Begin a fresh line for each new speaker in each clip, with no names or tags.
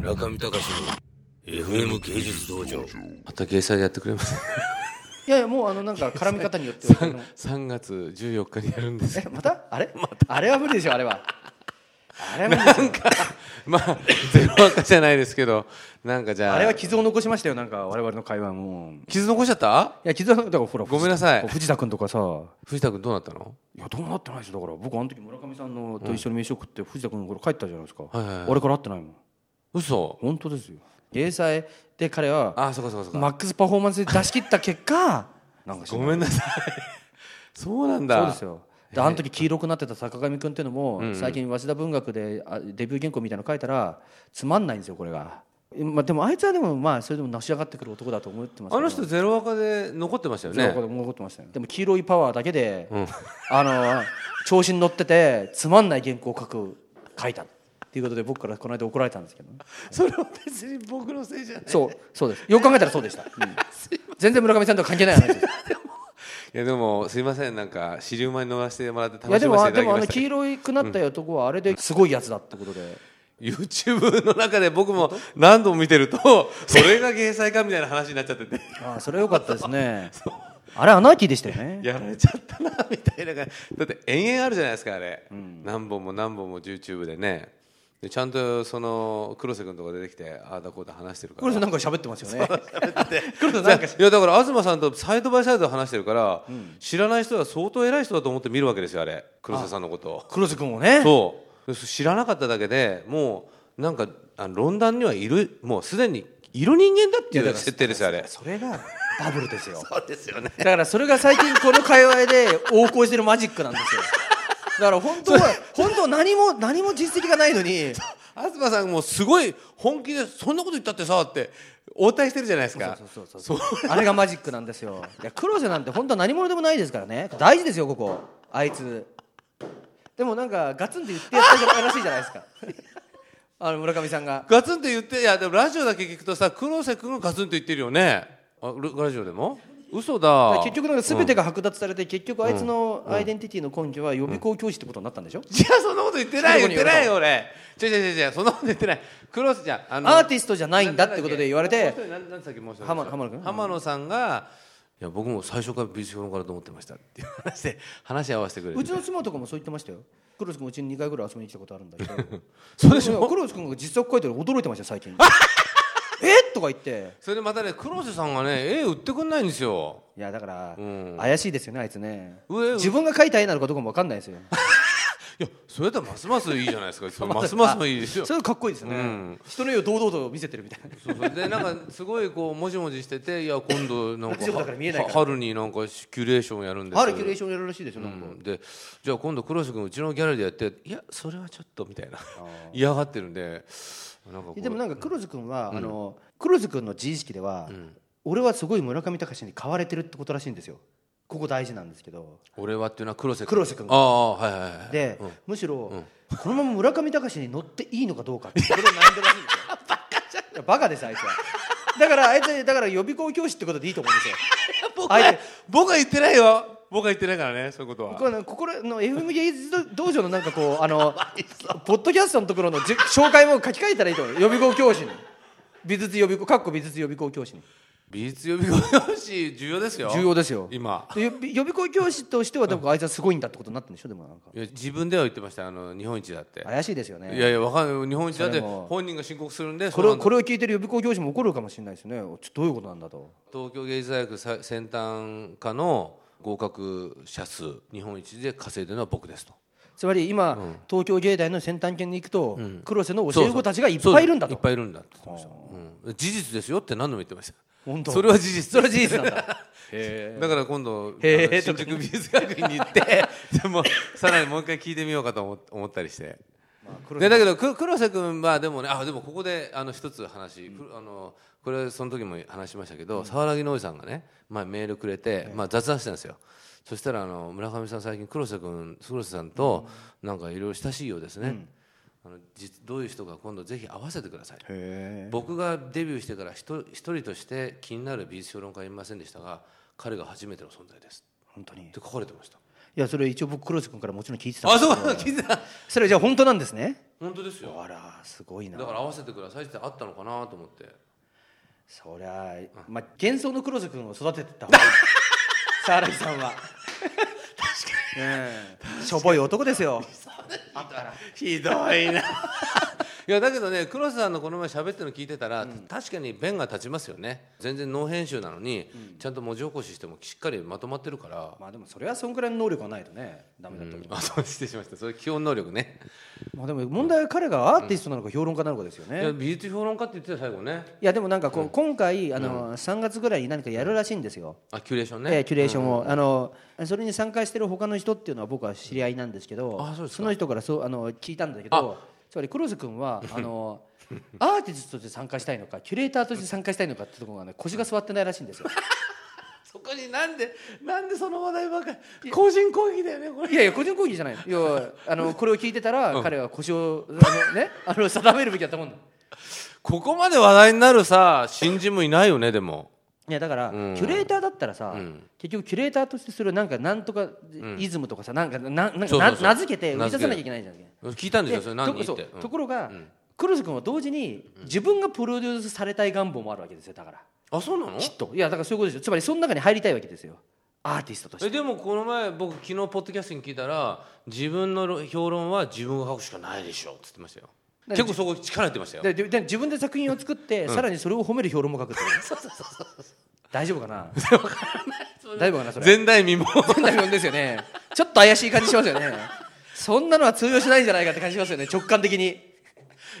中見隆の FM 芸術道場
また芸者でやってくれます
いやいやもうあのなんか絡み方によってはあの
3月14日にやるんです
え
けど
またあれあれは無理でしょあれはあれは無理でしょ
まあゼロ赤じゃないですけどなんかじゃあ
あれは傷を残しましたよなんか我々の会話もい
傷残しちゃった
や傷はだからほら
ごめんなさい
藤田君とかさ
藤田君どうなったの
いやどうなってないですよだから僕あの時村上さんのと一緒に飯食って藤田君これ帰ったじゃないですか
いはいはい
俺から会ってないもん
嘘
本当ですよ芸祭で彼は
ああそっかそっかそっか、
マックスパフォーマンスで出し切った 結果なんか知ら
ご
な
め
い
んなさい そうなんだ
そうですよであの時黄色くなってた坂上くんっていうのも、最近早稲田文学であデビュー原稿みたいなの書いたらつまんないんですよこれが、まあ、でもあいつはでもまあそれでものし上がってくる男だと思ってますけど
あの人ゼロ赤で残ってましたよ
そう
ね
これ思ってましたねでも黄色いパワーだけで、あの調子に乗っててつまんない原稿を書く書いたっていうことで僕からこの間怒られたんですけどね、
それは別に僕のせいじゃない
そうそうですよく考えたらそうでした、うん全然村上さんとは関係ない話です
いやでもすいませんなんか支流前に乗らせてもらって
いや
楽
で
しませ
も
ていた
で
だき
もあ
ま
の
した
黄色くなった男はあれですごいやつだってことで。
YouTube の中で僕も何度も見てるとそれが芸才かみたいな話になっちゃってて
ああそれ良かったです ね。あれアナーキーでしたよね。
やられちゃったなみたいな感じだって延々あるじゃないですかあれ、何本も何本も YouTube でねでちゃんとその黒瀬君とか出てきてああだこうだ話してるか
黒
ら
田さんなんか喋ってますよね。黒田さんなんか
いやだから東さんとサイドバイサイドで話してるから、知らない人は相当偉い人だと思って見るわけですよあれ黒瀬さんのことを
黒瀬君も ね。
そう知らなかっただけでもうなんかあの論壇にはいるもうすでにいる人間だっていう設定ですよ あれ
それがバブルですよ。
そうですよね
だからそれが最近この界隈で横行してるマジックなんですよ。だから本当は本当は何も何も実績がないのに。
東さんもすごい本気でそんなこと言ったってさって応対してるじゃないですか
そうそうそうあれがマジックなんですよいや黒瀬なんて本当は何者でもないですからね大事ですよここあいつでもなんかガツンって言ってやったらしいじゃないですかあの村上さんが
ガツンって言っていやでもラジオだけ聞くとさ黒瀬君がガツンと言ってるよねあルラジオでも嘘だ
結局なんか全てが剥奪されて、結局あいつのアイデンティティの根拠は予備校教師ってことになったんでしょ、
違うそんなこと言ってない
そ
言
う
っ
い
て
うこと
な
言う
いよ俺違う違う違う違うそんなこと言ってない黒瀬ちゃんあの
アーティストじゃないんだってことで言われて
もう一人なんなんさっき申し上げた
浜浜野君
浜野さんがいや僕も最初から美術評論家だと思ってましたっていう話で 話し合わせてくれ
う
る
ちの妻とかもそう言ってましたよ黒瀬君うちに2回ぐらい遊びに来たことあるんだけど
そうでし
いや
ょ
黒瀬君が実測書いてる驚いてましたよ最 近えっとか言って
それでまたね黒瀬さんがね絵売ってくんないんですよ
いやだから、
うん
怪しいですよねあいつね
うえ
自分が描いた絵なのかどうかも分かんないですよ
いやそれだったらますますいいじゃないで すかそれますますいいですよ
それかっこいいですね、
うん
人の絵を堂々と見せてるみたいな
そうそうでなんかすごいこうもじもじしてていや今度なんか
ラジオだから見えない
は
から
春になんかキュレーションやるんです
あるキュレーションやるらしいですよ、なんか
うんでじゃあ今度黒瀬君うちのギャラリーでやっていやそれはちょっとみたいな嫌がってるんでなんかこう
でもなんか黒津君は、あの黒津君の自意識では、俺はすごい村上隆に買われてるってことらしいんですよここ大事なんですけど
俺はっていうのは黒瀬君
黒瀬君
ああはいはいはい
で、むしろ、このまま村上隆に乗っていいのかどうかってことに悩んでるらしいんですよ バカじゃいやバカですあいつはだからあいつだから予備校教師ってことでいいと思うんです よ
僕
相
は
手
僕は言ってないよ僕は言ってないからねそういうことは
これねここらの FM 芸術道場のなんかこ うあのポッドキャストのところのじゅ紹介も書き換えたらいいと思う予備校教師に美術予備校かっこ美術予備校教師に
美術予備校用紙重要ですよ
重要ですよ
今
で予備予備校教師としてはでもあいつはすごいんだってことになってるんでしょでもなんか
いや自分では言ってましたあの日本一だって
怪しいですよ
い
ね
やいやわかんない日本一だって
それも
本人が申告するんで
これ
そうな
を
んだ
これを聞いてる予備校教師も怒るかもしれないですねちょどういうことなんだと
東京芸術大学さ先端科の合格者数日本一で稼いでるのは僕ですと
つまり今、東京芸大の先端研に行くと、黒瀬の教え子たちがいっぱいいるんだと
そうそういっぱいいるんだって言ってました、うん事実ですよって何度も言ってました
本当
それは事実
それは事実なん だ
だから今度あ
へー
の新宿美術学院に行って でもさらにもう一回聞いてみようかと思思ったりして、ね、だけどく黒瀬君はでもねあでもここであの一つ話、くあのこれその時も話しましたけど沢良木のおじさんがね、まあ、メールくれて、まあ、雑談してたんですよそしたらあの村上さん最近黒瀬君黒瀬さんとなんかいろいろ親しいようですね、あのじどういう人か今度ぜひ会わせてください僕がデビューしてから一人一人として気になる美術評論家はいませんでしたが彼が初めての存在です
本当に
っ
い
て書かれてました
やそれ一応僕黒瀬君からもちろん聞いてたんで
あ
すけ
そ
ど
う聞いてた
それじゃあ本当なんですね
本当ですよ
あらすごいな
だから合わせてくださいってあったのかなと思って
そりゃあ、まあ、幻想の黒瀬君を育ててった 方がいい沢来さんは確かに、うん、しょぼい男ですよ
ひどいないやだけどね黒瀬さんのこの前喋ってるの聞いてたら、確かに弁が立ちますよね全然ノー編集なのに、ちゃんと文字起こししてもしっかりまとまってるから、
まあでもそれはそんくらいの能力がないとねダメだと思う、
あそう失礼しましたそれ基本能力ね
まあでも問題は彼がアーティストなのか評論家なのかですよね、
いや
い
美術評論家って言ってた最後ね
やでもなんかこう、今回あの、3月ぐらいに何かやるらしいんですよ、
あキュレーション
え
ね、
えキュレーションを、あのそれに参加してる他の人っていうのは僕は知り合いなんですけど、
あそうですか
の人からそうあの聞いたんだけどつまり黒瀬君 はあのアーティストとして参加したいのかキュレーターとして参加したいのかってとこ ろがね腰が座ってないらしいんですよ
そこになんでなんでその話題ばっかり個人講義だよねこれ
いやいや個人講義じゃないいや あのこれを聞いてたら彼は腰を、あのねあの定めるべきだと思うんだ
ここまで話題になるさ新人もいないよねでも
いやだから、
うん
キュレーターだったらさ、
うん
結局キュレーターとしてそれをなんかなんとかイズムとかさ、なんかななんかな
そうそうそう
名付けて売
名
り
付
出
ける
さなきゃいけないじゃん
聞いたんです
で
よそれ何って
と
う
こそうんところが、
うん
黒瀬君は同時に自分がプロデュースされたい願望もあるわけですよだから
あそうなの
きっといやだからそういうことですよつまりその中に入りたいわけですよアーティストとし
え
て
でもこの前僕昨日ポッドキャストに聞いたら自分の評論は自分が書くしかないでしょって言ってましたよ
だ
結構そこ力入ってましたよ
ででで自分で作品を作って、さらにそれを褒める評論も書くって こと大丈夫かな大丈夫かなそれ
前代未聞
変な評論ですよねちょっと怪しい感じしますよねそんなのは通用しないんじゃないかって感じしますよね直感的に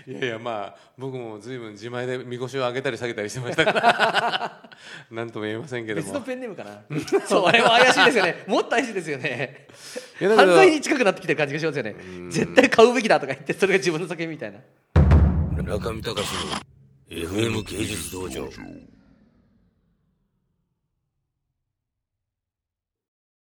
いやいやまあ僕も随分自前でみこしを上げたり下げたりしてましたから なんとも言えませんけど
別の
も
ペンネームかなそうあれは怪しいですよねもっと怪しいですよね
いやだけ
犯
ど
罪に近くなってきてる感じがしますよね絶対買うべきだとか言ってそれが自分の作品みたいな
村上隆の FM 芸術道場